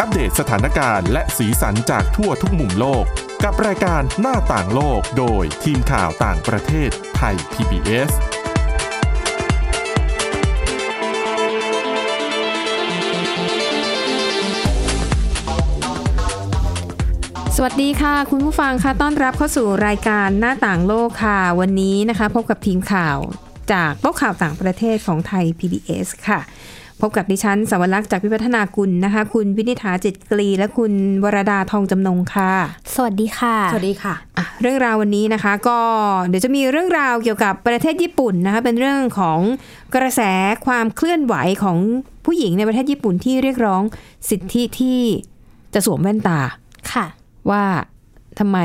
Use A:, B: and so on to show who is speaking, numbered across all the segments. A: อัปเดตสถานการณ์และสีสันจากทั่วทุกมุมโลก กับรายการหน้าต่างโลกโดยทีมข่าวต่างประเทศไทย PBS
B: สวัสดีค่ะ คุณผู้ฟังค่ะต้อนรับเข้าสู่รายการหน้าต่างโลกค่ะ วันนี้นะคะ พบกับทีมข่าวจากโต๊ะข่าวต่างประเทศของไทย PBS ค่ะ พบกับดิฉันสวรักษ์จากพิพัฒนากุลนะคะ คุณวินิษฐาจิตกรี และคุณวรดาทองจำนงค่ะ
C: สวัสดีค่ะ
D: สวัสดีค่ะ
B: อ่ะ เรื่องราววันนี้นะคะ ก็เดี๋ยวจะมีเรื่องราวเกี่ยวกับประเทศญี่ปุ่นนะคะ เป็นเรื่องของกระแสความเคลื่อนไหวของผู้หญิงในประเทศญี่ปุ่นที่เรียกร้องสิทธิที่จะสวมแว่นตา
C: ค่ะ
B: ว่าทำไม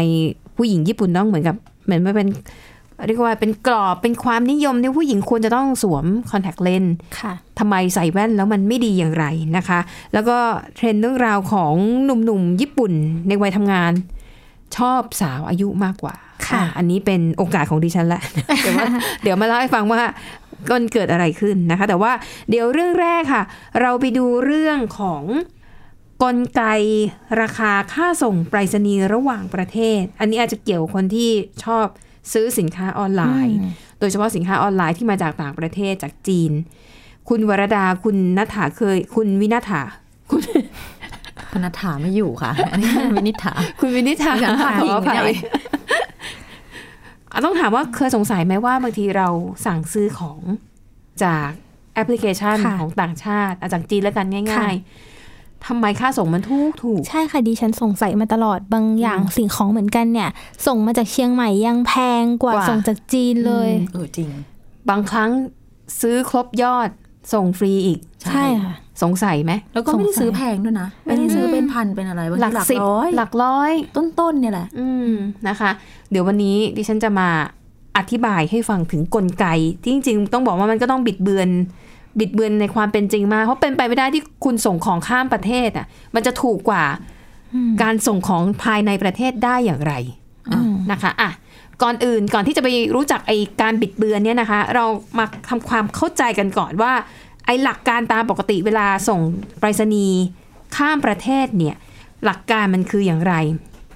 B: ผู้หญิงญี่ปุ่นต้องเหมือนกับ เหมือนมันเป็นเรียกว่าเป็นกรอบเป็นความนิยมที่ผู้หญิงควรจะต้องสวมคอนแทคเลนส์
C: ค่ะ
B: ทำไมใส่แว่นแล้วมันไม่ดีอย่างไรนะคะ แล้วก็เทรนด์เรื่องราวของหนุ่มๆ ญี่ปุ่นในวัยทำงาน ชอบสาวอายุมากกว่า
C: ค่ะ
B: อ่อันนี้เป็นโอกาสของดิฉันละ เดี๋ยวว่า เดี๋ยวมาเล่าให้ฟังว่ามันเกิดอะไรขึ้นนะคะ แต่ว่าเดี๋ยวเรื่องแรกค่ะ เราไปดูเรื่องของ กลไกราคาค่าส่งไปรษณีย์ระหว่างประเทศ อันนี้อาจจะเกี่ยวคนที่ชอบซื้อสินค้าออนไลน์ โดยเฉพาะสินค้าออนไลน์ที่มาจากต่างประเทศจากจีน คุณวรดาคุณนัฐาเคย คุณวินาถา
D: พนัทธาไม่อยู่ค่ะ อันนี้วินิษฐ า
B: คุณวินิ ถา
D: ดิฉันพลาด
B: ขออ
D: พิง
B: ภั
D: เนี่
B: ย
D: ย
B: อ่ะต้องถามว่าเคยสงสัยไหมว่าบางทีเราสั่งซื้อของจากแอปพลิเคชัน
C: ค่ะ
B: ของต่างชาติอ่ะจากจีนแล้วกันง่า
C: ค่ะ
B: ยๆทำไมค่าส่งมันถูกถูก
C: ใช่ค่ะดิฉันสงสัยมาตลอดบางอย่างสิ่งของเหมือนกันเนี่ย ส่งมาจากเชียงใหม่ยังแพงกว่าก
B: ว่า
C: ส่งจากจีนเลย
D: เออจริง
B: บางครั้งซื้อครบยอดส่งฟรีอีก
D: ใช่
C: ใช่ค่ะ
B: สงสัยไหม
D: แล้วก็ไม่ได้
C: สงสัย
D: ซื้อแพงด้วยนะ ไม่ได้ซื้อเป็นพันเป็นอะไรบางทีหลัก
B: สิบ
D: ร้อย
B: หลักร้อย
D: ต้นๆเนี่ยแหละ
B: อืมนะคะ เดี๋ยววันนี้ดิฉันจะมาอธิบายให้ฟังถึงกลไกที่จริงๆ ต้องบอกว่ามันก็ต้องบิดเบือน บิดเบือนในความเป็นจริงมาก เพราะเป็นไปไม่ได้ที่คุณส่งของข้ามประเทศอ่ะ มันจะถูกกว่าการส่งของภายในประเทศได้อย่างไร
C: อืม
B: นะคะอ่ะก่อนอื่นก่อนที่จะไปรู้จักไอการบิดเบือนเนี่ยนะคะ เรามาทำความเข้าใจกันก่อนว่า ไอหลักการตามปกติเวลาส่งไปรษณีย์ข้ามประเทศเนี่ย หลักการมันคืออย่างไร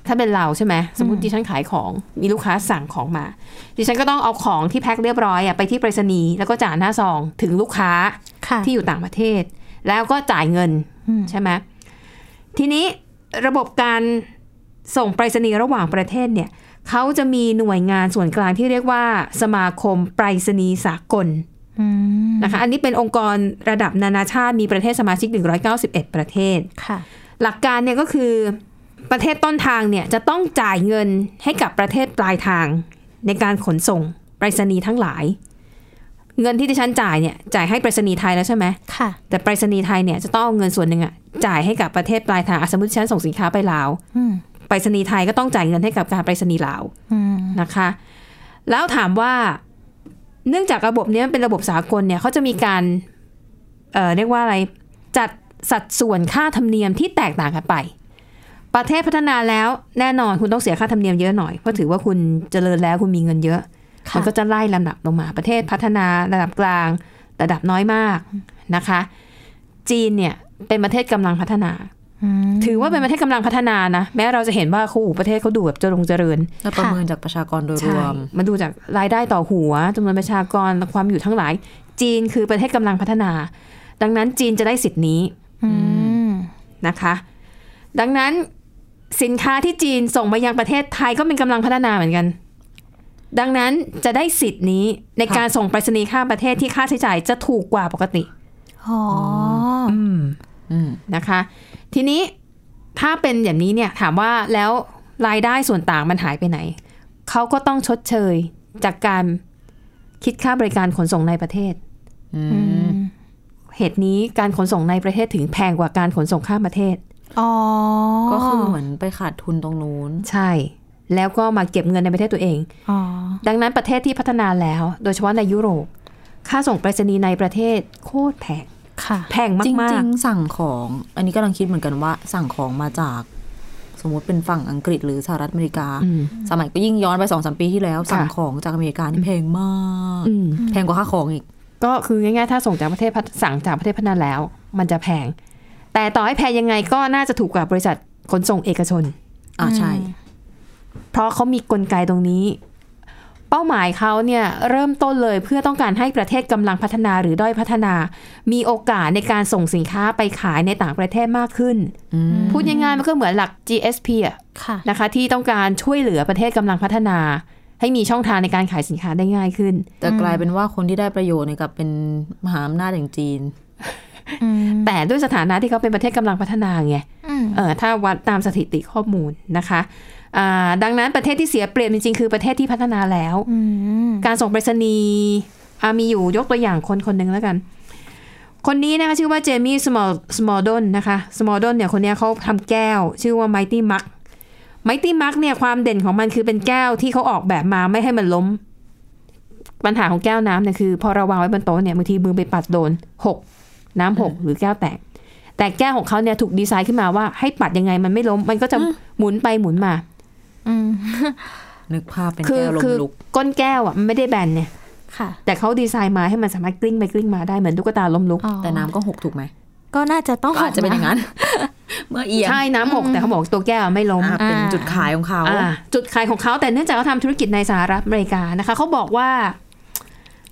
B: ถ้าเป็นเราใช่ไหมสมมติดิฉันขายของมีลูกค้าสั่งของมา ดิฉันก็ต้องเอาของที่แพ็คเรียบร้อยอะไปที่ไปรษณีย์แล้วก็จ่าหน้าซองถึงลูกค้า
C: ค่ะ
B: ที่อยู่ต่างประเทศ แล้วก็จ่ายเงิน
C: อืม
B: ใช่ไหมทีนี้ระบบการส่งไปรษณีย์ระหว่างประเทศเนี่ยเขาจะมีหน่วยงานส่วนกลางที่เรียกว่า สมาคมไปรษณีย์สากล
C: อืม
B: นะคะ อันนี้เป็นองค์กรระดับนานาชาติมีประเทศสมาชิก 191 ประเทศ
C: ค่ะ
B: หลักการเนี่ยก็คือประเทศต้นทางเนี่ยจะต้องจ่ายเงินให้กับประเทศปลายทางในการขนส่งไปรษณีย์ทั้งหลาย เงินที่ดิฉันจ่ายเนี่ยจ่ายให้ไปรษณีย์ไทยแล้วใช่ไหม
C: ค่ะ
B: แต่ไปรษณีย์ไทยเนี่ยจะต้องเอาเงินส่วนหนึ่งอะจ่ายให้กับประเทศปลายทางอ่ะสมมติฉันส่งสินค้าไปลาว
C: อืม
B: ไปรษณีย์ไทยก็ต้องจ่ายเงินให้กับการไปรษณีย์ลาว
C: อืม
B: นะคะ แล้วถามว่าเนื่องจากระบบเนี้ยมันเป็นระบบสากลเนี่ยเขาจะมีการเอ่อเรียกว่าอะไรจัดสัดส่วนค่าธรรมเนียมที่แตกต่างกันไป ประเทศพัฒนาแล้วแน่นอนคุณต้องเสียค่าธรรมเนียมเยอะหน่อยเพราะถือว่าคุณเจริญแล้วคุณมีเงินเยอะ
C: ค่ะ
B: มันก็จะไล่ลำดับลงมาประเทศพัฒนาระดับกลางระดับน้อยมากนะคะ จีนเนี่ยเป็นประเทศกำลังพัฒนา
C: อืม
B: ถือว่าเป็นประเทศกำลังพัฒนานะ แม้เราจะเห็นว่าคู่ประเทศเขาดูแบบเจริญเจริญ
D: แล้วประเมินจากประชากรโดยรวม
B: มาดูจากรายได้ต่อหัวจำนวนประชากรและความอยู่ทั้งหลาย จีนคือประเทศกำลังพัฒนา ดังนั้นจีนจะได้สิทธินี้
C: อืม
B: นะคะ ดังนั้นสินค้าที่จีนส่งมายังประเทศไทยก็เป็นกำลังพัฒนาเหมือนกัน ดังนั้นจะได้สิทธินี้ใน
D: ค่ะ
B: การส่งไปรษณีย์ข้ามประเทศที่ค่าใช้จ่ายจะถูกกว่าปกติ
C: อ๋ออ
D: อืม
B: นะคะ ทีนี้ถ้าเป็นอย่างนี้เนี่ยถามว่าแล้วรายได้ส่วนต่างมันหายไปไหน เขาก็ต้องชดเชยจากการคิดค่าบริการขนส่งในประเทศ
D: อื
C: อื
D: ม
C: ม
B: เหตุนี้การขนส่งในประเทศถึงแพงกว่าการขนส่งข้ามประเทศ
C: อ๋อ
D: ก็คือเหมือนไปขาดทุนตรงนู้น
B: ใช่ แล้วก็มาเก็บเงินในประเทศตัวเอง
C: อ๋อ
B: ดังนั้นประเทศที่พัฒนาแล้ว โดยเฉพาะในยุโรป ค่าส่งไปรษณีย์ในประเทศโคตรแพง
C: ค่ะ
B: แพงมา
D: จริ
B: ก
D: งๆ สั่งของ อันนี้กำลังคิดเหมือนกันว่า สั่งของมาจาก สมมุติเป็นฝั่งอังกฤษหรือสหรัฐอเมริกา
B: ๆอืม
D: สมัยก็ยิ่งย้อนไปสองสามปีที่แล้ว
B: ค่ะ
D: สั่งของจากอเมริกานี่แพงมาก
B: อืม
D: แพงกว่าค่าของอีก
B: ก็คือง่ายๆ ถ้าส่งจากประเทศพัฒสั่งจากประเทศพัฒนาแล้ว มันจะแพง แต่ต่อให้แพงยังไงก็น่าจะถูกกว่าบริษัทขนส่งเอกชน
D: อ่าใช่
B: เพราะเขามีกลไกตรงนี้ เป้าหมายเขาเนี่ยเริ่มต้นเลยเพื่อต้องการให้ประเทศกำลังพัฒนาหรือด้อยพัฒนา มีโอกาสในการส่งสินค้าไปขายในต่างประเทศมากขึ้น
D: อืม
B: พูดง่ายๆมันก็เหมือนหลัก GSP อะ
C: ค่ะ
B: นะคะที่ต้องการช่วยเหลือประเทศกำลังพัฒนา ให้มีช่องทางในการขายสินค้าได้ง่ายขึ้น
D: แต่กลายเป็นว่าคนที่ได้ประโยชน์เนี่ยกลับเป็นมหาอำนาจอย่างจีน
C: อืม
B: แต่ด้วยสถานะที่เขาเป็นประเทศกำลังพัฒนาไง
C: อืม
B: เออถ้าวัดตามสถิติข้อมูลนะคะอ่าดังนั้นประเทศที่เสียเปรียบจริงๆ คือประเทศที่พัฒนาแล้ว
C: อืม
B: การส่งไปรษณีย์อ่ะมีอยู่ยกตัวอย่างคนคนหนึ่งแล้วกัน คนนี้นะคะชื่อว่าเจมี่สมอลสมอลดนนะคะสมอลดนเนี่ยคนเนี้ยเขาทำแก้ว ชื่อว่าไมตี้มักไมตี้มักเนี่ยความเด่นของมันคือเป็นแก้วที่เขาออกแบบมาไม่ให้มันล้ม ปัญหาของแก้วน้ำเนี่ยคือ พอเราวางไว้บนโต๊ะเนี่ยบางทีมือไปปัดโดนหกน้ำหกหรือแก้วแตก แต่แก้วของเขาเนี่ยถูกดีไซน์ขึ้นมาว่าให้ปัดยังไงมันไม่ล้ม มันก็จะหมุนไปหมุนมา
C: อืม
D: นึกภาพเป็น
B: คื
D: แก้วลม
B: คื
D: ลุก
B: ก้นแก้วอ่ะมันไม่ได้แบนเนี่ย
C: ค่ะ
B: แต่เขาดีไซน์มาให้มันสามารถกลิ้งไปกลิ้งมาได้เหมือนตุ๊กตาล้มลุก
C: อ๋อ
D: แต่น้ำก็หกถูกไหม
C: ก็น่าจะต้อง
D: ก็อาจจะเป็นอย่างนั้น เมื่อเอียง
B: ใช่น้ำหกแต่เขาบอกตัวแก้วไม่ล้ม
D: อ่ะเป็นจุดขายของเขา
B: อ่าจุดขายของเขาแต่เนื่องจากเขาทำธุรกิจในสหรัฐอเมริกานะคะเขาบอกว่า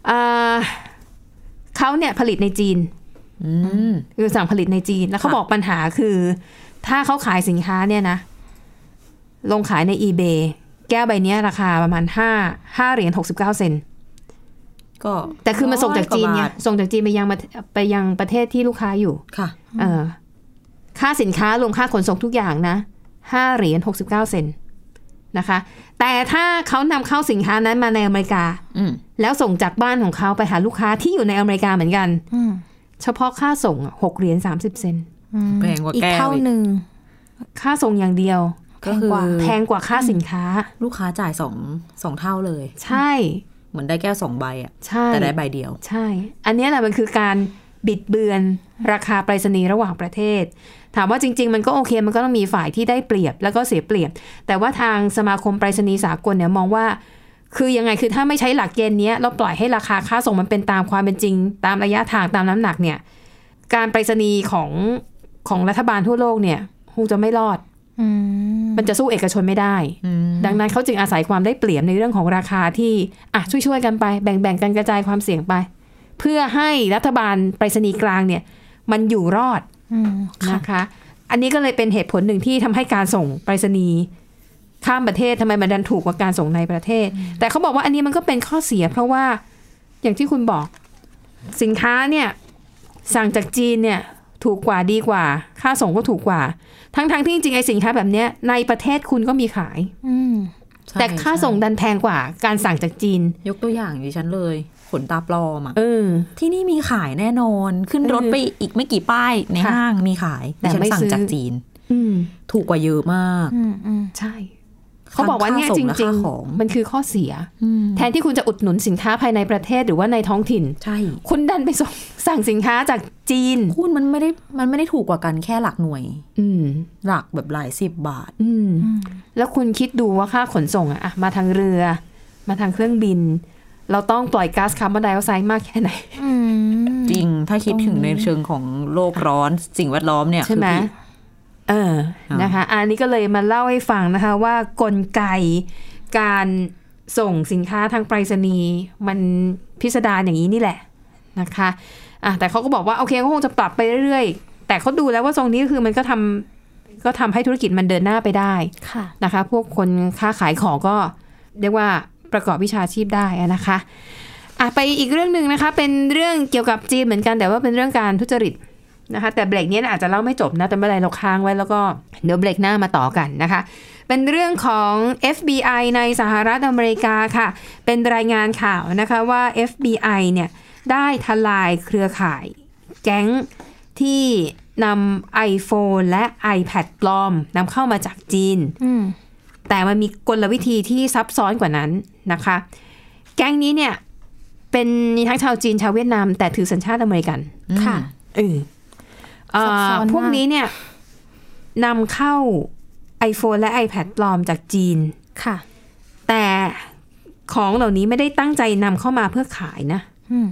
B: อ่าเขาเนี่ยผลิตในจีน
D: อืม
B: คือสั่งผลิตในจีน แล้วเขา
D: ค่ะ
B: บอกปัญหาคือ ถ้าเขาขายสินค้าเนี่ยนะ ลงขายใน eBay แก้วใบเนี้ยราคาประมาณห้าห้าเหรียญหกสิบเก้าเซนต์
D: ก็
B: แต่คือมันส่งจากจีนเนี่ย
D: ร้อว่บ
B: ส่งจากจีนไปยังประเทศไปยังประเทศที่ลูกค้าอยู่
D: ทค่ะ
B: เออค่าสินค้ารวมค่าขนส่งทุกอย่างนะห้าเหรียญหกสิบเก้าเซนต์นะคะ แต่ถ้าเขานำเข้าสินค้านั้นมาในอเมริกา
D: อืม
B: แล้วส่งจากบ้านของเขาไปหาลูกค้าที่อยู่ในอเมริกาเหมือนกัน
C: อืม
B: เฉพาะค่าส่งอะหกเหรียญสามสิบเซนต์
C: อืม
D: แพงกว่า
C: อีก
D: แก้ว
C: เท่าหนึ่ง
B: ค่าส่งอย่างเดียว
D: ก็คือ
C: แพงก
B: แพงก
C: ว่า
B: ว่าค่าสินค้า
D: ลูกค้าจ่ายสองสองเท่าเลย
B: ใช่
D: เหมือนได้แก้วสองใบอ่ะ
B: ใช่
D: แต่ได้ใบเดียว
B: ใช่ อันเนี้ยแหละมันคือการบิดเบือนราคาไปรษณีย์ระหว่างประเทศ ถามว่าจริง ๆ มันก็โอเคมันก็ต้องมีฝ่ายที่ได้เปรียบแล้วก็เสียเปรียบ แต่ว่าทางสมาคมไปรษณีย์สากลเนี่ยมองว่า คือยังไงคือถ้าไม่ใช้หลักเกณฑ์เนี้ยเราปล่อยให้ราคาค่าส่งมันเป็นตามความเป็นจริง ตามระยะทางตามน้ำหนักเนี่ย การไปรษณีย์ของของรัฐบาลทั่วโลกเนี่ยคงจะไม่รอด
C: อืม
B: มันจะสู้เอกชนไม่ได้
D: อืม
B: ดังนั้นเขาจึงอาศัยความได้เปรียบในเรื่องของราคาที่อ่ะช่วยๆกันไป แบ่งๆกันกระจายความเสี่ยงไป เพื่อให้รัฐบาลไปรษณีย์กลางเนี่ย มันอยู่รอด
C: อืมค่ะ
B: นะคะ อันนี้ก็เลยเป็นเหตุผลหนึ่งที่ทำให้การส่งไปรษณีย์ข้ามประเทศทำไมมันดันถูกกว่าการส่งในประเทศ แต่เขาบอกว่าอันนี้มันก็เป็นข้อเสีย เพราะว่าอย่างที่คุณบอกสินค้าเนี่ยสั่งจากจีนเนี่ยถูกกว่าดีกว่า ค่าส่งก็ถูกกว่า ทั้งๆที่จริงๆไอ้สินค้าแบบเนี้ยในประเทศคุณก็มีขาย
C: อืม
D: ใช่
B: แต่ค่าส่งดันแพงกว่าการสั่งจากจีน
D: ยกตัวอย่างดิฉันเลย ขนตาปลอมอ่ะ
B: เออ
D: ที่นี่มีขายแน่นอน ขึ้นรถไปอีกไม่กี่ป้าย ใน
B: ค่ะ
D: ห้างมีขาย
B: แต่
D: ดิฉัน
B: ไม่
D: สั่ง
B: ซื้อ
D: จากจีน
B: อืม
D: ถูกกว่าเยอะมาก
C: อืมอืม
B: ใช่ เขาบอกว่า
D: ทั้ง
B: เนี่ย
D: ค่า
B: จ
D: ส่งและ
B: ริง
D: ค่าของ
B: มันคือข้อเสีย
D: อืม
B: แทนที่คุณจะอุดหนุนสินค้าภายในประเทศหรือว่าในท้องถิ่น
D: ใช่
B: คุณดันไปส่งสั่งสินค้าจากจีน
D: คุณมันไม่ได้มันไม่ได้ถูกกว่ากันแค่หลักหน่วย
B: อืม
D: หลักแบบหลายสิบบาท
B: อืม
C: อืม
B: แล้วคุณคิดดูว่าค่าขนส่งอะอะมาทางเรือ มาทางเครื่องบิน เราต้องปล่อยก๊าซคาร์บอนไดออกไซด์มากแค่ไหน
C: อืม
D: จริง ถ้าคิดถึงในเชิงของโลกร้อนสิ่งแวดล้อมเนี่ย
B: ใช่ไหม
D: คือผิด
B: เออ
D: อ่าน
B: นะคะ อันนี้ก็เลยมาเล่าให้ฟังนะคะ ว่ากลไกการส่งสินค้าทางไปรษณีย์มันพิสดารอย่างนี้นี่แหละนะคะอ่ะแต่เขาก็บอกว่า โอเคก็คงจะปรับไปเรื่อยๆ แต่เขาดูแล้วว่าทรงนี้ก็คือมันก็ทำก็ทำให้ธุรกิจมันเดินหน้าไปได้
C: ค่ะ
B: นะคะ พวกคนค้าขายของก็เรียกว่าประกอบวิชาชีพได้อะนะคะอ่ะไปอีกเรื่องหนึ่งนะคะ เป็นเรื่องเกี่ยวกับจีนเหมือนกันแต่ว่าเป็นเรื่องการทุจริต นะคะแต่เบรกนี้อาจจะเล่าไม่จบนะ แต่ไม่เป็นไรเราค้างไว้แล้วก็เดี๋ยวเบรกหน้ามาต่อกันนะคะ เป็นเรื่องของ FBI ในสหรัฐอเมริกาค่ะ เป็นรายงานข่าวนะคะว่า FBI เนี่ยได้ทลายเครือข่ายแก๊งที่นำ iPhone และ iPad ปลอมนำเข้ามาจากจีน
C: อืม
B: แต่มันมีกลวิธีที่ซับซ้อนกว่านั้นนะคะ แก๊งนี้เนี่ยเป็นมีทั้งชาวจีนชาวเวียดนาม แต่ถือสัญชาติอเมริกัน
D: อืม
C: ค่ะ
B: เออเอ่อ
C: ซับซ้อนมาก
B: พวกนี้เนี่ยนำเข้า iPhone และ iPad ปลอมจากจีน
C: ค่ะ
B: แต่ของเหล่านี้ไม่ได้ตั้งใจนำเข้ามาเพื่อขายนะ
C: อืม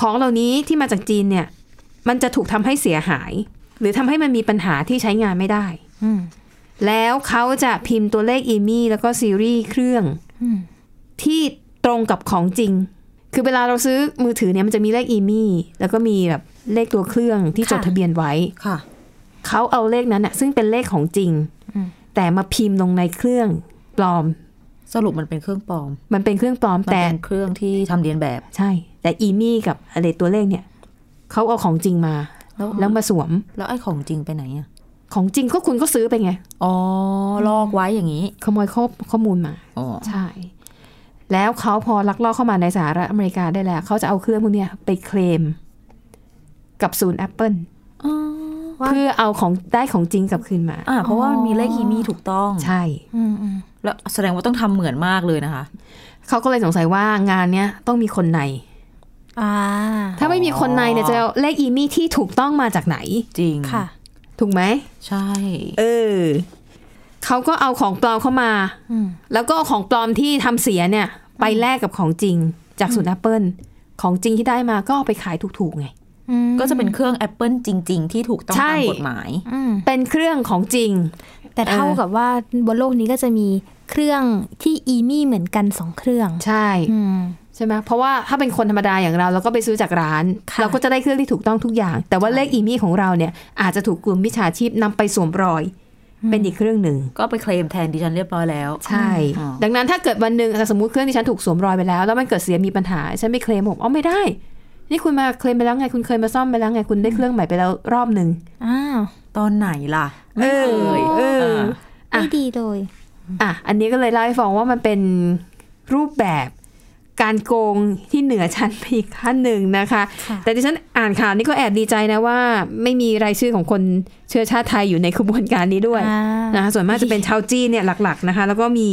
B: ของเหล่านี้ที่มาจากจีนเนี่ย มันจะถูกทำให้เสียหาย หรือทำให้มันมีปัญหาที่ใช้งานไม่ได้
C: อืม
B: แล้วเขาจะพิมพ์ตัวเลขอีมี่แล้วก็ซีรีส์เครื่อง
C: อืม
B: ที่ตรงกับของจริง คือเวลาเราซื้อมือถือเนี่ยมันจะมีเลขอีมี่แล้วก็มีแบบเลขตัวเครื่องที่จดทะเบียนไว้
D: ค่ะ
B: เขาเอาเลขนั้นน่ะซึ่งเป็นเลขของจริง แต่มาพิมพ์ลงในเครื่องปลอม
D: สรุปมันเป็นเครื่องปลอม
B: มันเป็นเครื่องปลอม
D: มัน
B: แต่
D: เป็นเครื่องที่ทำเรียนแบบ
B: ใช่ แต่อีมี่กับอะไรตัวเลขเนี่ยเขาเอาของจริงมา
D: แล้ว
B: แล้วมาสวม
D: แล้วไอ้ของจริงไปไหนอ่ะ
B: ของจริงก็คุณก็ซื้อไปไง
D: อ๋อลอกไว้อย่างนี้
B: ขโมยข้อข้อมูลมา
D: อ๋อ
B: ใช่ แล้วเขาพอลักลอบเข้ามาในสหรัฐอเมริกาได้แล้ว เขาจะเอาเครื่องพวกเนี้ยไปเคลม กับศูนย์ Apple เพื่อเอาของได้ของจริงกลับคืนมา
D: อ่าเพราะว่ามันมีเลขอีมีถูกต้อง
B: ใช่
C: อืมอืม
D: แล้วแสดงว่าต้องทำเหมือนมากเลยนะคะ
B: เขาก็เลยสงสัยว่างานเนี้ยต้องมีคนใน
C: อ่า
B: ถ้าไม่มีคนในเนี่ยจะเอาเลขอีมี่ที่ถูกต้องมาจากไหน
D: จริง
C: ค่ะ
B: ถูกไหม
D: ใช่
B: เออ เขาก็เอาของปลอมเข้ามา
C: อืม
B: แล้วก็เอาของปลอมที่ทำเสียเนี่ย ไปแลกกับของจริงจากศูนย์ Apple ของจริงที่ได้มาก็เอาไปขายถูกๆไง
C: อืม
D: ก็จะเป็นเครื่อง Apple จริง ๆ ที่ถูกต้อง
B: ใช่
D: ตามกฎหมาย
C: อืม
B: เป็นเครื่องของจริง
C: แต่เท่ากับว่าบนโลกนี้ก็จะมีเครื่องที่อีมี่เหมือนกันสองเครื่อง
B: ใช่
C: อืม
B: ใช่ไหมเพราะว่าถ้าเป็นคนธรรมดาอย่างเราเราก็ไปซื้อจากร้าน
C: ค่ะ
B: เราก็จะได้เครื่องที่ถูกต้องทุกอย่าง แต่ว่าเลขอีมี่ของเราเนี่ย อาจจะถูกกลุ่มมิจฉาชีพนำไปสวมรอย เป็นอีกเครื่องหนึ่ง
D: ก็ไปเคลมแทนดิฉันเรียบร้อยแล้ว
B: ใช่
D: อ๋อ
B: ดังนั้นถ้าเกิดวันหนึ่งสมมติเครื่องที่ฉันถูกสวมรอยไปแล้ว แล้วมันเกิดเสียมีปัญหา ฉันไม่เคลมบอกอ๋อไม่ได้ นี่คุณมาเคลมไปแล้วไง คุณเคยมาซ่อมไปแล้วไง คุณได้เครื่องใหม่ไปแล้วรอบหนึ่ง
C: อ้าว
D: ตอนไหนล่ะ ไม่เคย
B: เออเออ
D: า
B: อ่ะ
C: ไม่ดีเลย
B: อ่ะ อันนี้ก็เลยเล่าให้ฟังว่ามันเป็นรูปแบบการโกงที่เหนือชั้นไปอีกขั้นหนึ่งนะคะ
C: ค่ะ
B: แต่ที่ฉันอ่านข่าวนี่ก็แอบดีใจนะว่า ไม่มีรายชื่อของคนเชื้อชาติไทยอยู่ในขบวนการนี้ด้วย
C: อ่า
B: นะคะส่วนมากจะเป็นชาวจีนเนี่ยหลัก ๆนะคะ แล้วก็มี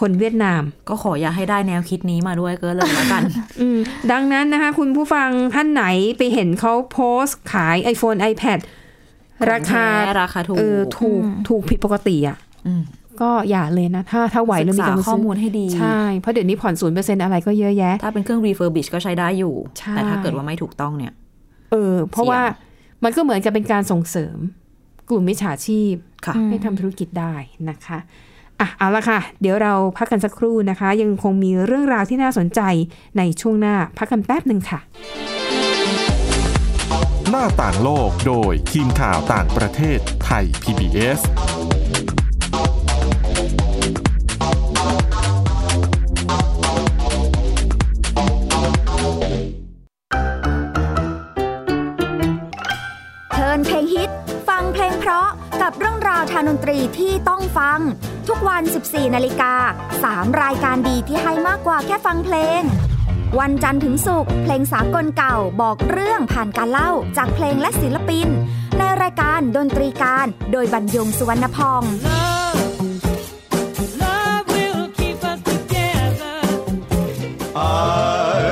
B: คนเวียดนาม
D: ก็ขออย่าให้ได้แนวคิดนี้มาด้วยก็เลยละกัน
B: อืมดังนั้นนะคะ คุณผู้ฟังท่านไหนไปเห็นเขาโพสต์ขาย iPhone iPad
D: ของ
B: ราคา
D: แท้ราคาถูก
B: เออถูกถูกผิดปกติอ่ะ
D: อืม
B: ก็อย่าเลยนะ ถ้าถ้าไหว
D: ศึ
B: แล้ว
D: กษาก
B: มีำลัง
D: ข้อ
B: ซื้อ
D: มูลให้ดี
B: ใช่ เพราะเดี๋ยวนี้ผ่อนศูนย์เปอร์เซ็นอะไรก็เยอะแยะ
D: ถ้าเป็นเครื่อง refurbish ก็ใช้ได้อยู่
B: ใช่
D: แต่ถ้าเกิดว่าไม่ถูกต้องเนี่ย
B: เออ เพราะว่า
D: เสี่
B: มันก็เหมือนกับเป็นการส่งเสริม กลุ่มมิจฉาชีพ
D: ค่ะ
C: อืม
B: ให้ทำธุรกิจได้นะคะ อ่ะ เอาละค่ะ เดี๋ยวเราพักกันสักครู่นะคะ ยังคงมีเรื่องราวที่น่าสนใจในช่วงหน้า พักกันแป๊บหนึ่งค่ะ
A: หน้าต่างโลกโดยทีมข่าวต่างประเทศไทย PBS
E: เพลินเพลงฮิต ฟังเพลงเพราะกับเรื่องราวทางดนตรีที่ต้องฟัง ทุกวัน 14 นาฬิกา 3 รายการดีที่ให้มากกว่าแค่ฟังเพลง วันจันทร์ถึงศุกร์เพลงสากลเก่าบอกเรื่องผ่านการเล่าจากเพลงและศิลปิน ในรายการดนตรีการโดยบรรยงสุวรรณพอง
F: Love will keep us together.
G: I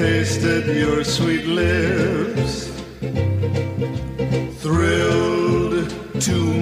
G: tasted your sweet lips, thrilled to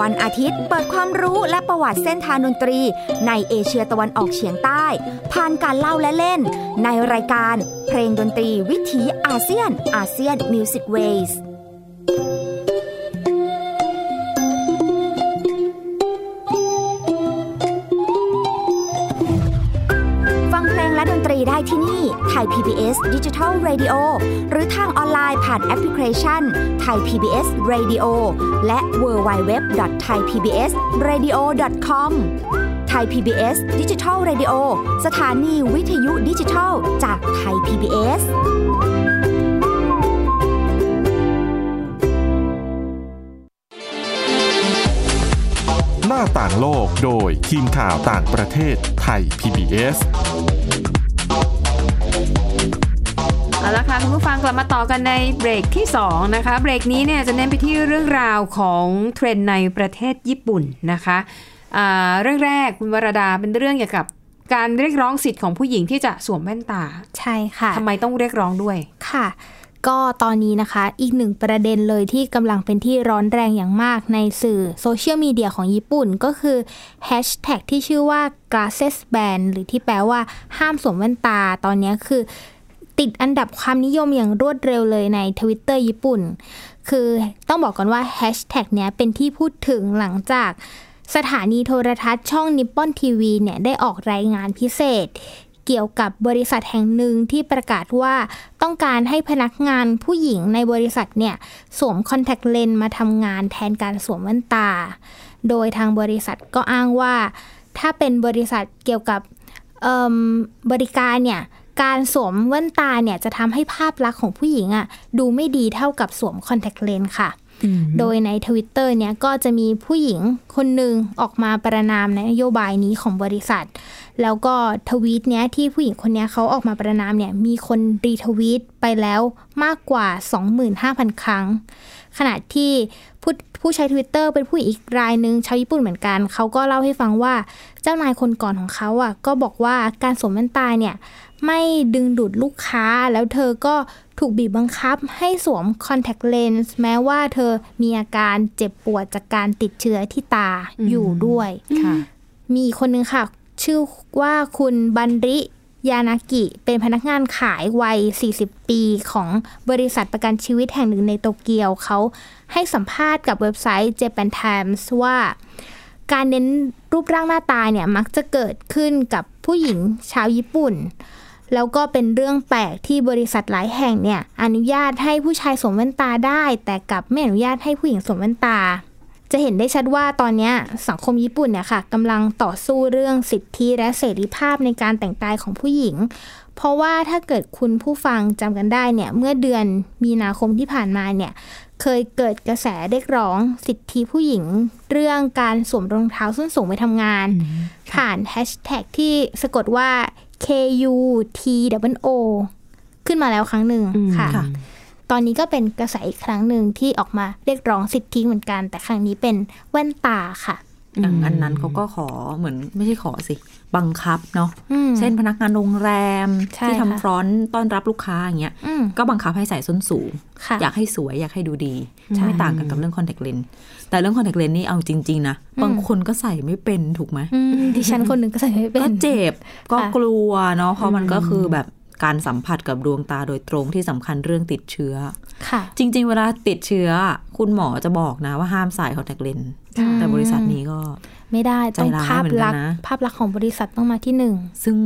E: วันอาทิตย์เปิดความรู้และประวัติเส้นทางดนตรี ในเอเชียตะวันออกเฉียงใต้ ผ่านการเล่าและเล่น ในรายการเพลงดนตรีวิถีอาเซียนอาเซียนมิวสิกเวส ฟังเพลงและดนตรีได้ที่นี่ไทย PBS Digital Radio หรือทางออนไลน์ผ่านแอปพลิเคชันไทย PBS Radio และ w w w t h a i p b s r a d i o c o m ไทย PBS Digital Radio สถานีวิทยุดิจิทัลจากไทย PBS
A: หน้าต่างโลกโดยทีมข่าวต่างประเทศไทย PBS
D: อ
B: ละค่ะคุณผู้ฟังกลับมาต่อกันในเบรกที่ 2 นะคะ เบรกนี้เนี่ยจะเน้นไปที่เรื่องราวของเทรนด์ในประเทศญี่ปุ่นนะคะอ่าเรื่องแรกคุณวรดาเป็นเรื่องเกี่ยวกับการเรียกร้องสิทธิ์ของผู้หญิงที่จะสวมแว่นตา
C: ใช่ค่ะ
B: ทำไมต้องเรียกร้องด้วย
C: ค่ะ ก็ตอนนี้นะคะ อีกหนึ่งประเด็นเลยที่กำลังเป็นที่ร้อนแรงอย่างมากในสื่อโซเชียลมีเดียของญี่ปุ่นก็คือแฮชแท็กที่ชื่อว่า glasses ban หรือที่แปลว่าห้ามสวมแว่นตา ตอนนี้คือ ติดอันดับความนิยมอย่างรวดเร็วเลยใน Twitter ญี่ปุ่น คือต้องบอกก่อนว่าแฮชแท็กเนี้ยเป็นที่พูดถึงหลังจากสถานีโทรทัศน์ช่องนิปปอนทีวีเนี่ยได้ออกรายงานพิเศษ เกี่ยวกับบริษัทแห่งหนึ่งที่ประกาศว่าต้องการให้พนักงานผู้หญิงในบริษัทเนี่ยสวมคอนแทคเลนส์มาทำงานแทนการสวมแว่นตา โดยทางบริษัทก็อ้างว่า ถ้าเป็นบริษัทเกี่ยวกับเอิ่มบริการเนี่ยการสวมแว่นตาเนี่ยจะทำให้ภาพลักษณ์ของผู้หญิงอะดูไม่ดีเท่ากับสวมคอนแทคเลนส์ค่ะ โดยใน Twitter เนี่ยก็จะมีผู้หญิงคนหนึ่งออกมาประนามนโยบายนี้ของบริษัท แล้วก็ทวีตเนี้ยที่ผู้หญิงคนเนี้ยเขาออกมาประนามเนี่ยมีคนรีทวีตไปแล้วมากกว่า 25,000 ครั้ง ขณะที่ผู้ผู้ใช้ Twitter เป็นผู้หญิงอีกรายหนึ่งชาวญี่ปุ่นเหมือนกัน เขาก็เล่าให้ฟังว่าเจ้านายคนก่อนของเขาอ่ะก็บอกว่าการสวมแว่นตาเนี่ยไม่ดึงดูดลูกค้าแล้วเธอก็ถูกบีบบังคับให้สวมคอนแทคเลนส์แม้ว่าเธอมีอาการเจ็บปวดจากการติดเชื้อที่ตาอยู่ด้วย
B: ค่ะ
C: มีอีกคนนึงค่ะ ชื่อว่าคุณบันริยานากิ เป็นพนักงานขายวัย 40 ปีของบริษัทประกันชีวิตแห่งหนึ่งในโตเกียวเขาให้สัมภาษณ์กับเว็บไซต์ Japan Times ว่า การเน้นรูปร่างหน้าตาเนี่ย มักจะเกิดขึ้นกับผู้หญิงชาวญี่ปุ่น แล้วก็เป็นเรื่องแปลกที่บริษัทหลายแห่งเนี่ย อนุญาตให้ผู้ชายสวมแว่นตาได้ แต่กลับไม่อนุญาตให้ผู้หญิงสวมแว่นตา จะเห็นได้ชัดว่าตอนเนี้ยสังคมญี่ปุ่นเนี่ยค่ะกำลังต่อสู้เรื่องสิทธิและเสรีภาพในการแต่งกายของผู้หญิง เพราะว่าถ้าเกิดคุณผู้ฟังจำกันได้เนี่ยเมื่อเดือนมีนาคมที่ผ่านมาเนี่ยเคยเกิดกระแสเรียกร้องสิทธิผู้หญิง เรื่องการสวมรองเท้าส้นสูงไปทำงาน ผ่านแฮชแท็กที่สะกดว่า KUTWO ขึ้นมาแล้วครั้งหนึ่งค่ะ
D: ค่ะ
C: ตอนนี้ก็เป็นกระแสอีกครั้งหนึ่งที่ออกมาเรียกร้องสิทธิเหมือนกัน แต่ครั้งนี้เป็นแว่นตาค่ะ
D: อย่างอันนั้นเขาก็ขอเหมือนไม่ใช่ขอสิ บังคับเนาะ
C: อืม
D: เช่นพนักงานโรงแรม
C: ใช่
D: ที่
C: ค่ะ
D: ทำฟรอนต์ต้อนรับลูกค้าอย่างเงี้ย
C: อืม
D: ก็บังคับให้ใส่ส้นสูง
C: ค่ะ
D: อยากให้สวยอยากให้ดูดี
C: ใช่
D: ไม่ต่างกันกับเรื่องคอนแทคเลนส์แต่เรื่องคอนแทคเลนส์นี่เอาจริง ๆ นะ
C: อืม
D: บางคนก็ใส่ไม่เป็นถูกไหม
C: อืมดิฉันคนหนึ่งก็ใส่ไม่เป็
D: ก็
C: น
D: เจ็บก็
C: ค่ะ
D: กลัวเนาะเพราะมันก็คือแบบการสัมผัสกับดวงตาโดยตรงที่สำคัญเรื่องติดเชื้อ
C: ค่ะ
D: จริง ๆ เวลาติดเชื้อ คุณหมอจะบอกนะว่าห้ามใส่คอนแทคเลนส์
C: ค่ะ
D: แต่บริษัทนี้ก็
C: ไม่ได้ต้อง
D: ใจร้าย
C: ภาพลักษณ์
D: เหมือนกันนะ
C: ภาพลักษณ์ของบริษัทต้องมาที่หนึ่ง
D: ซึ่ง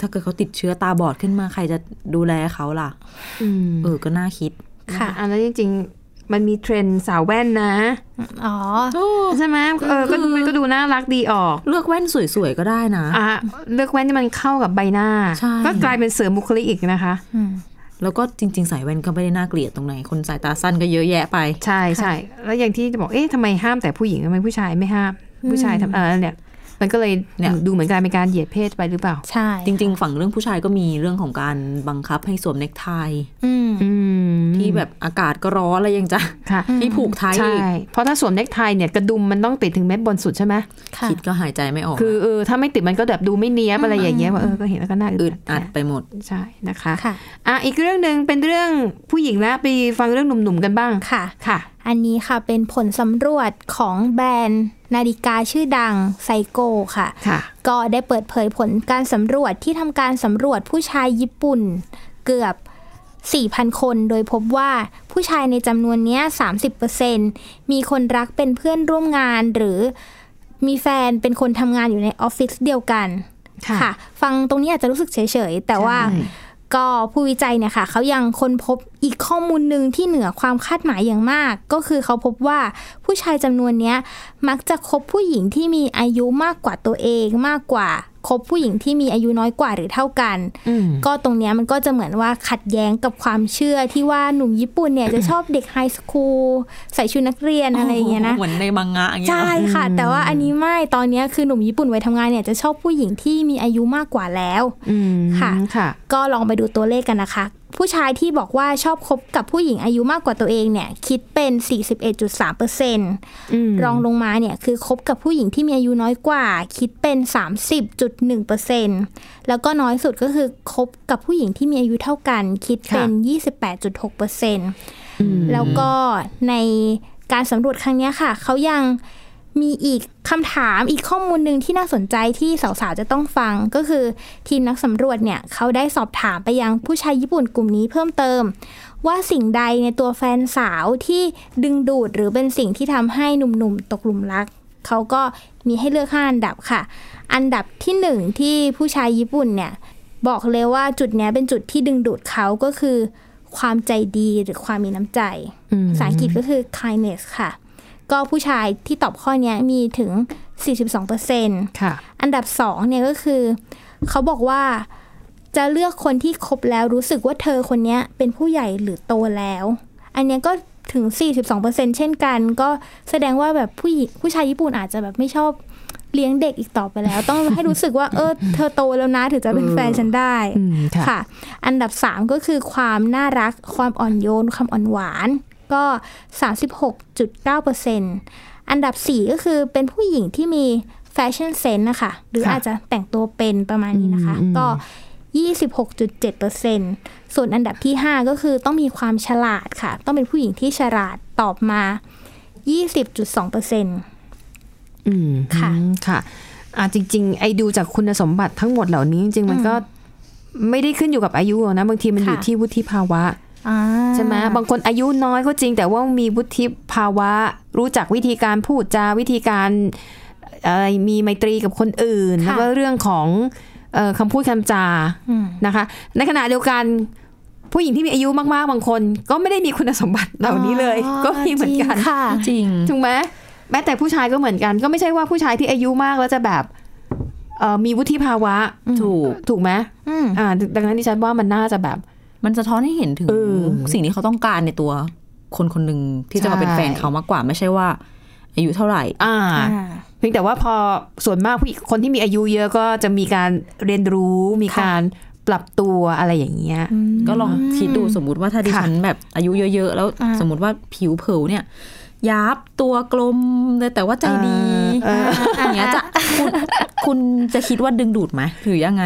D: ถ้าเกิดเขาติดเชื้อตาบอดขึ้นมาใครจะดูแลเขาล่ะ
B: อืม
D: เออก็น่าคิด
C: ค่ะ
B: อันนั้นจริง ๆ มันมีเทรนด์สาวแว่นนะ
C: อ๋อ
B: ใช่ไหมเออก็มันก็ดูน่ารักดีออก
D: เลือกแว่นสวย ๆ ก็ได้นะ
B: อ่ะเลือกแว่นที่มันเข้ากับใบหน้า
D: ใช่
B: ก็กลายเป็นเสริมบุคลิกอีกนะคะ
C: อืม
D: แล้วก็จริง ๆ ใส่แว่นก็ไม่ได้น่าเกลียดตรงไหน คนสายตาสั้นก็เยอะแยะไป
B: ใช่ใช่แล้วอย่างที่จะบอกเอ๊ะทำไมห้ามแต่ผู้หญิงทำไมผู้ชายไม่ห้าม ผู้ชายทำเออเนี่ยมันก็เลย
D: เนี่ย
B: ดูเหมือนการเป็นการเหยียดเพศไปหรือเปล่า
C: ใช่
D: จริง ๆ ฝั่งเรื่องผู้ชายก็มีเรื่องของการบังคับให้สวมเนคไท
C: อืม
B: อืม
D: ที่แบบอากาศก็ร้อนแล้วยังจะ
B: ค่ะ
D: ให้ผูกไท
B: ใช่
D: อีก
B: เพราะถ้าสวมเนคไทเนี่ยกระดุมมันต้องติดถึงเม็ดบนสุดใช่ไหม
C: ค่ะ
D: คิดก็หายใจไม่ออก
B: คือเออถ้าไม่ติดมันก็แบบดูไม่เนี้ยบอะไรอย่างเงี้ยว่าเออก็เห็นแล้วก็น่า
D: อึ
B: อึ
D: ด
B: ด
D: อั
B: อั
D: ด
B: ด
D: ไปหมด
B: ใช่นะคะ
C: ค่ะ
B: อ่ะอีกเรื่องหนึ่งเป็นเรื่องผู้หญิงแล้วไปฟังเรื่องหนุ่มๆกันบ้าง
C: ค่ะ
B: ค่ะ
C: อันนี้ค่ะเป็นผลสำรวจของแบรนด์ นาฬิกาชื่อดังไซโก้ค่ะ
B: ค่ะ
C: ก็ได้เปิดเผยผลการสำรวจที่ทำการสำรวจผู้ชายญี่ปุ่นเกือบ 4,000 คน โดยพบว่าผู้ชายในจำนวนเนี้ย30%มีคนรักเป็นเพื่อนร่วมงานหรือมีแฟนเป็นคนทำงานอยู่ในออฟฟิศเดียวกัน
B: ค่ะ
C: ฟังตรงนี้อาจจะรู้สึกเฉยๆ แต่ว่าก็ผู้วิจัยเนี่ยค่ะเขายังค้นพบอีกข้อมูลหนึ่งที่เหนือความคาดหมายอย่างมาก ก็คือเขาพบว่าผู้ชายจำนวนเนี้ย มักจะคบผู้หญิงที่มีอายุมากกว่าตัวเองมากกว่าคบผู้หญิงที่มีอายุน้อยกว่าหรือเท่ากัน
B: อืม
C: ก็ตรงเนี้ยมันก็จะเหมือนว่าขัดแย้งกับความเชื่อที่ว่าหนุ่มญี่ปุ่นเนี่ย จะชอบเด็กไฮสคูลใส่ชุดนักเรียนอะไรอย่างเงี้ยนะ
D: เหมือนในมังงะอย่างเงี้ย
C: ใช่ค่ะ แต่ว่าอันนี้ไม่ตอนเนี้ยคือหนุ่มญี่ปุ่นวัยทำงานเนี่ยจะชอบผู้หญิงที่มีอายุมากกว่าแล้ว
B: อืม
C: ค่ะ
B: ค่ะ
C: ก็ลองไปดูตัวเลขกันนะคะ ผู้ชายที่บอกว่าชอบคบกับผู้หญิงอายุมากกว่าตัวเองเนี่ย คิดเป็น 41.3เปอร์เซ็นต์
B: อืม
C: รองลงมาเนี่ยคือคบกับผู้หญิงที่มีอายุน้อยกว่า คิดเป็น 30.1%แล้วก็น้อยสุดก็คือคบกับผู้หญิงที่มีอายุเท่ากัน คิดเป็น 28.6%แล้วก็ในการสำรวจครั้งเนี้ยค่ะ เขายังมีอีกคำถามอีกข้อมูลหนึ่งที่น่าสนใจที่สาวๆจะต้องฟังก็คือทีมนักสำรวจเนี่ยเขาได้สอบถามไปยังผู้ชายญี่ปุ่นกลุ่มนี้เพิ่มเติม ว่าสิ่งใดในตัวแฟนสาวที่ดึงดูดหรือเป็นสิ่งที่ทำให้หนุ่มๆตกหลุมรัก เขาก็มีให้เลือกห้าอันดับค่ะ อันดับที่หนึ่งที่ผู้ชายญี่ปุ่นเนี่ย บอกเลยว่าจุดเนี้ยเป็นจุดที่ดึงดูดเขาก็คือ ความใจดีหรือความมีน้ำใจ ภาษาอังกฤษก็คือ kindness ค่ะ ก็ผู้ชายที่ตอบข้อเนี้ยมีถึง 42%อ
B: ค่ะ
C: ันดับสองเนี่ยก็คือ เขาบอกว่าจะเลือกคนที่คบแล้วรู้สึกว่าเธอคนเนี้ยเป็นผู้ใหญ่หรือโตแล้ว อันเนี้ยก็ถึง 42%เช่นกัน ก็แสดงว่าแบบผู้หญิงผู้ชายญี่ปุ่นอาจจะแบบไม่ชอบเลี้ยงเด็กอีกต่อไปแล้ว ต้องให้รู้สึกว่าเออเธอโตแล้วนะถึงจะเป็นแฟนฉันได้
B: อืมค่ะ
C: ค่ะ อันดับ 3 ก็คือความน่ารัก ความอ่อนโยน ความอ่อนหวาน ก็ 36.9%อันดับ 4 ก็คือเป็นผู้หญิงที่มีแฟชั่นเซนส์นะคะ หรือ
B: ค่ะ
C: อาจจะแต่งตัวเป็นประมาณนี้นะคะ
B: อืม
C: ก็ 26.7%ส่วนอันดับที่ 5 ก็คือต้องมีความฉลาดค่ะ ต้องเป็นผู้หญิงที่ฉลาดตอบมา 20.2%
B: อืม
C: ค่ะ
B: อืมค่ะอ่าจริง ๆ ไอ้ดูจากคุณสมบัติทั้งหมดเหล่านี้จริงๆมันก็ไม่ได้ขึ้นอยู่กับอายุหรอกนะบางทีมันอยู่ที่วุฒิภาวะ
C: อ่า
B: ใช่ไหมบางคนอายุน้อยก็จริง แต่ว่ามีวุฒิภาวะ รู้จักวิธีการพูดจาวิธีการเอ่อมีไมตรีกับคนอื่นแล้
C: ค่ะ
B: วก็เรื่องของเออคำพูดคำจา
C: อืม
B: นะคะ ในขณะเดียวกันผู้หญิงที่มีอายุมากๆบางคน ก็ไม่ได้มีคุณสมบัติเหล่านี้เลย ก็มีเหมือนกัน
C: จริงค่ะ
D: จริง
B: ถูกไหมแม้แต่ผู้ชายก็เหมือนกัน ก็ไม่ใช่ว่าผู้ชายที่อายุมากแล้วจะแบบเอ่อมีวุฒิภาวะ
D: ถูก
B: ถูกไหม
C: อืม
B: อ่าดังนั้นดิฉันว่ามันน่าจะแบบ
D: มันสะท้อนให้เห็นถึง
B: เออ
D: สิ่งที่เขาต้องการในตัวคนคนหนึ่งที่จะมาเป็น
B: ใช่
D: แฟนเขามากกว่าไม่ใช่ว่า อายุเท่าไหร่
B: อ่า
C: อ่า
B: เพียงแต่ว่าพอส่วนมากผู้หญิงคนที่มีอายุเยอะก็จะมีการเรียนรู้มีการปรับตัวอะไรอย่างเงี้ย
D: ก็ลองคิดดูสมมุติว่าถ้าดิฉันแบบอายุเยอะ ๆ แล้ว
C: อ่า
D: สมมติว่าผิวเผิวเนี่ยยับตัวกลมเลยแต่ว่าใจดี
B: เออ
D: ออย่างเงี้ยจะคุณคุณจะคิดว่าดึงดูดไหมหรือยังไง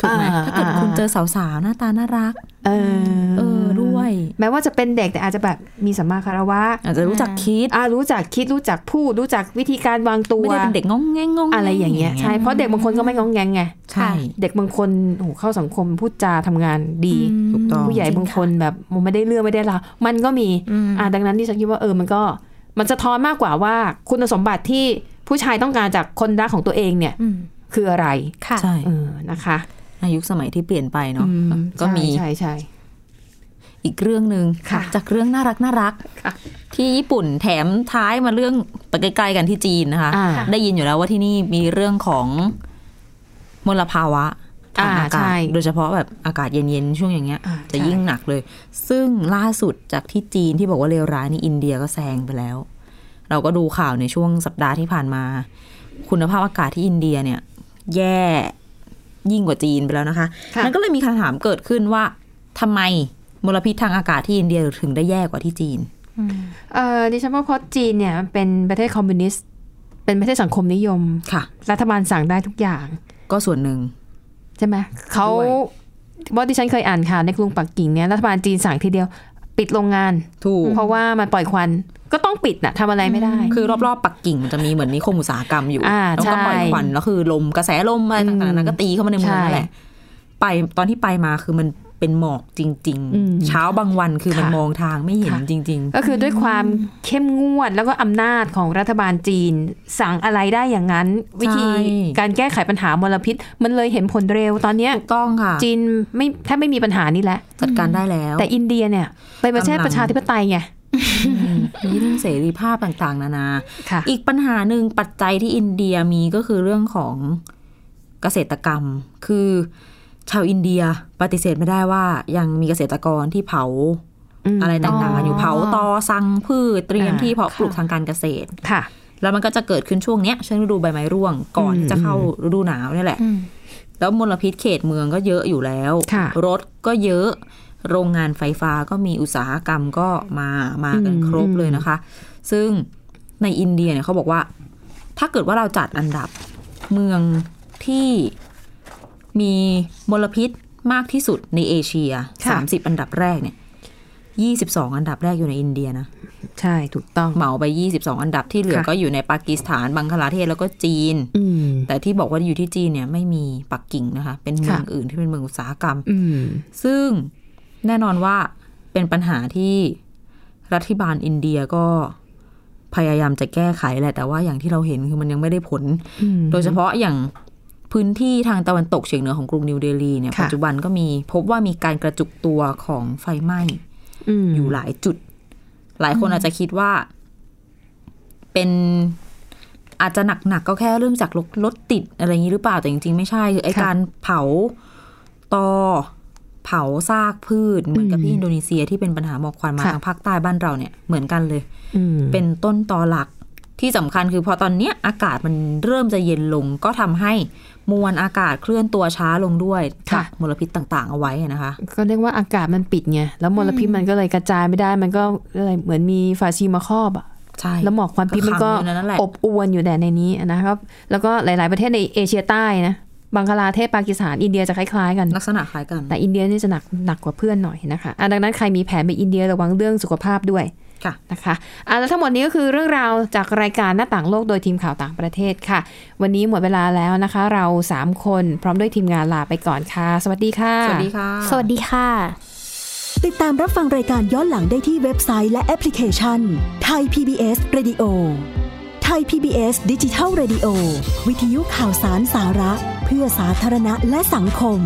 D: ถูกไหม
B: อ่า
D: ถ้าเกิด
B: อ่า
D: คุณเจอสาวๆ หน้าตาน่ารัก
B: เออ
D: เออด้วย
B: แม้ว่าจะเป็นเด็กแต่อาจจะแบบมีสัมมาคารวะ
D: อาจจะรู้จักคิด
B: อ่ารู้จักคิดรู้จักพูดรู้จักวิธีการวางตัว
D: ไม่ได้เป็นเด็กงองแงงงแ
B: อะไรอย่างเงี้ยใช่เพราะเด็กบางคนก็ไม่งองแงงไง
D: ใช่
B: เด็กบางคนโอ้โหเข้าสังคมพูดจาทำงานดี
D: ถูกต้อง
B: ผู้ใหญ่บางคนแบบมันไม่ได้เรื่องไม่ได้ราวมันก็มีอ่าดังนั้นที่ฉันคิดว่าเออมันก็มันสะท้อนมากกว่าว่าคุณสมบัติที่ผู้ชายต้องการจากคนรักของตัวเองเนี่ย
C: อืม
B: คืออะไร
C: ค่ะ
D: ใช่
B: เออนะคะ
D: ในยุคสมัยที่เปลี่ยนไปเนาะก็มี
B: ใช่ใช่
D: อีกเรื่องหนึ่ง
B: ค่ะ
D: จากเรื่องน่ารักน่ารัก
B: ค่ะ
D: ที่ญี่ปุ่นแถมท้ายมาเรื่องไปไกลๆกันที่จีนนะคะ
B: อ่า
D: ได้ยินอยู่แล้วว่าที่นี่มีเรื่องของมลภาวะทง
B: อ่า
D: อากา
B: ใช่
D: ศโดยเฉพาะแบบอากาศเย็นๆ ช่วงอย่างเงี้ย
B: อ่า
D: จะ
B: ใช่
D: ยิ่งหนักเลย ซึ่งล่าสุดจากที่จีนที่บอกว่าเลวร้ายนี่อินเดียก็แซงไปแล้ว เราก็ดูข่าวในช่วงสัปดาห์ที่ผ่านมา คุณภาพอากาศที่อินเดียเนี่ย แย่ยิ่งกว่าจีนไปแล้วนะคะ
B: ค่ะ
D: มันก็เลยมีคำถามเกิดขึ้นว่าทำไมมลพิษทางอากาศที่อินเดียถึงได้แย่กว่าที่จีน
B: เออดิฉันว่าเพราะจีนเนี่ยมันเป็นประเทศคอมมิวนิสต์เป็นประเทศสังคมนิยม
D: ค่ะ
B: รัฐบาลสั่งได้ทุกอย่าง
D: ก็ส่วนหนึ่ง
B: ใช่ไหมเขา
D: ด้วย
B: ว่าดิฉันเคยอ่านข่าวในกรุงปักกิ่งเนี่ยรัฐบาลจีนสั่งทีเดียว ปิดโรงงาน
D: ถูก
B: เพราะว่ามันปล่อยควันก็ต้องปิดน่ะทำอะไรไม่ได้
D: คือรอบๆปักกิ่งมันจะมีเหมือนนิคมอุตสาหกรรมอยู่
B: อ่า
D: แล้วก็
B: ใช่
D: ปล่อยควันแล้วคือลมกระแสลมอะไรต่างๆนั้นก็ตีเข้ามาในเมืองนั่นแหละ ไปตอนที่ไปมาคือมันเป็นหมอกจริง
B: อืม
D: ๆ เช้าบางวันคือมัน
B: ค่ะ
D: มองทางไม่เห็น
B: ค่ะ
D: จริง
B: ก็คือด้วยความเข้มงวดแล้วก็อำนาจของรัฐบาลจีน สั่งอะไรได้อย่างนั้น วิธีการแก้ไขปัญหามลพิษ มันเลยเห็นผลเร็วตอนเนี้ย
D: ๆ ต้องค่ะ
B: จีนไม่แทบไม่มีปัญหานี้แล้ว
D: จัดการได้แล้ว
B: แต่อินเดียเนี่ยเป็นประเทศประชาธิปไตยไง
D: มีเรื่องเสรีภาพต่างๆ นานา
B: ค่ะ
D: อีกปัญหาหนึ่งปัจจัยที่อินเดียมีก็คือเรื่องของเกษตรกรรม คือชาวอินเดียปฏิเสธไม่ได้ว่ายังมีเกษตรกรที่เผา
B: อืม
D: อะไรต่างๆกันอยู่เผาตอสังพืชเตรียม
B: อ่า
D: ที่เพาะ
B: ค่ะ
D: ปลูกทางการเกษตร
B: ค่ะ
D: แล้วมันก็จะเกิดขึ้นช่วงเนี้ยช่วงฤดูใบไม้ร่วงก่อน
B: อืม
D: ที่จะเข้าฤดูหนาวเนี่ยแหละ
C: อืม
D: แล้วมลพิษเขตเมืองก็เยอะอยู่แล้ว
B: ค่ะ
D: รถก็เยอะ โรงงานไฟฟ้าก็มีอุตสาหกรรมก็มามากันครบเลยนะคะ ซึ่งในอินเดียเนี่ยเขาบอกว่า ถ้าเกิดว่าเราจัดอันดับเมืองที่มีมลพิษมากที่สุดในเอเชีย
B: ค่ะ
D: 30 อันดับแรกเนี่ย22 อันดับแรกอยู่ในอินเดียนะ
B: ใช่ถูกต้อง
D: เหมาไป 22 อันดับที่เหลือ
B: ค่ะ
D: ก็อยู่ในปากีสถานบังคลาเทศแล้วก็จีน
B: อืม
D: แต่ที่บอกว่าอยู่ที่จีนเนี่ยไม่มีปักกิ่งนะคะ เป็นเมือง
B: ค่ะ
D: อื่นที่เป็นเมืองอุตสาหกรรม
B: อืม
D: ซึ่งแน่นอนว่าเป็นปัญหาที่รัฐบาลอินเดียก็พยายามจะแก้ไขแหละแต่ว่าอย่างที่เราเห็นคือมันยังไม่ได้ผล
B: อืม
D: โดยเฉพาะอย่างพื้นที่ทางตะวันตกเฉียงเหนือของกรุงนิวเดลีเนี่ย
B: ค่ะ
D: ปัจจุบันก็มีพบว่ามีการกระจุกตัวของไฟไหม้
B: อืม
D: อยู่หลายจุด หลายคนอาจจะคิดว่า เป็นอาจจะหนักๆกก็แค่เรื่องจากรถรถติดอะไรอย่างนี้หรือเปล่าแต่จริงๆไม่ใช่คือไอ
B: ค่ะ
D: การเผาตอเผาซากพืช เหมือนกับที่อินโดนีเซียที่เป็นปัญหาหมอกควันมา
B: ค่ะ
D: ทางภาคใต้บ้านเราเนี่ยเหมือนกันเลย
B: อืม
D: เป็นต้นตอหลักที่สำคัญคือพอตอนเนี้ยอากาศมันเริ่มจะเย็นลง ก็ทำให้มวลอากาศเคลื่อนตัวช้าลงด้วย
B: ค่ะ
D: จากมลพิษต่างๆ เอาไว้อะนะคะ
B: ก็เรียกว่าอากาศมันปิดไงแล้วมลพิษมันก็เลยกระจายไม่ได้มันก็อะไรเหมือนมีฝาชีมาครอบอะ
D: ใช่
B: แล้วหมอกควันพิษมันก็
D: ขังอยู่ในนั่นแหละ
B: อบอวนอยู่แต่ในนี้นะครับ แล้วก็หลาย ๆ ประเทศในเอเชียใต้นะบังคลาเทศปากีสถานอินเดียจะคล้าย ๆ กัน
D: ลักษณะคล้ายกัน
B: แต่อินเดียนี่จะหนักหนักกว่าเพื่อนหน่อยนะคะอ่ะดังนั้นใครมีแผนไปอินเดียระวังเรื่องสุขภาพด้วย
D: ค่ะ
B: นะคะอ่ะแล้วทั้งหมดนี้ก็คือเรื่องราวจากรายการหน้าต่างโลกโดยทีมข่าวต่างประเทศค่ะ วันนี้หมดเวลาแล้วนะคะ เราสามคนพร้อมด้วยทีมงานลาไปก่อนค่ะ สวัสดีค่ะ
D: สวัสดีค่ะ
C: สวัสดีค่ะ
H: ติดตามรับฟังรายการย้อนหลังได้ที่เว็บไซต์และแอปพลิเคชันไทย PBS Radio ไทย PBS ดิจิทัล Radio วิทยุข่าวสารสาระ เพื่อสาธารณะและสังคม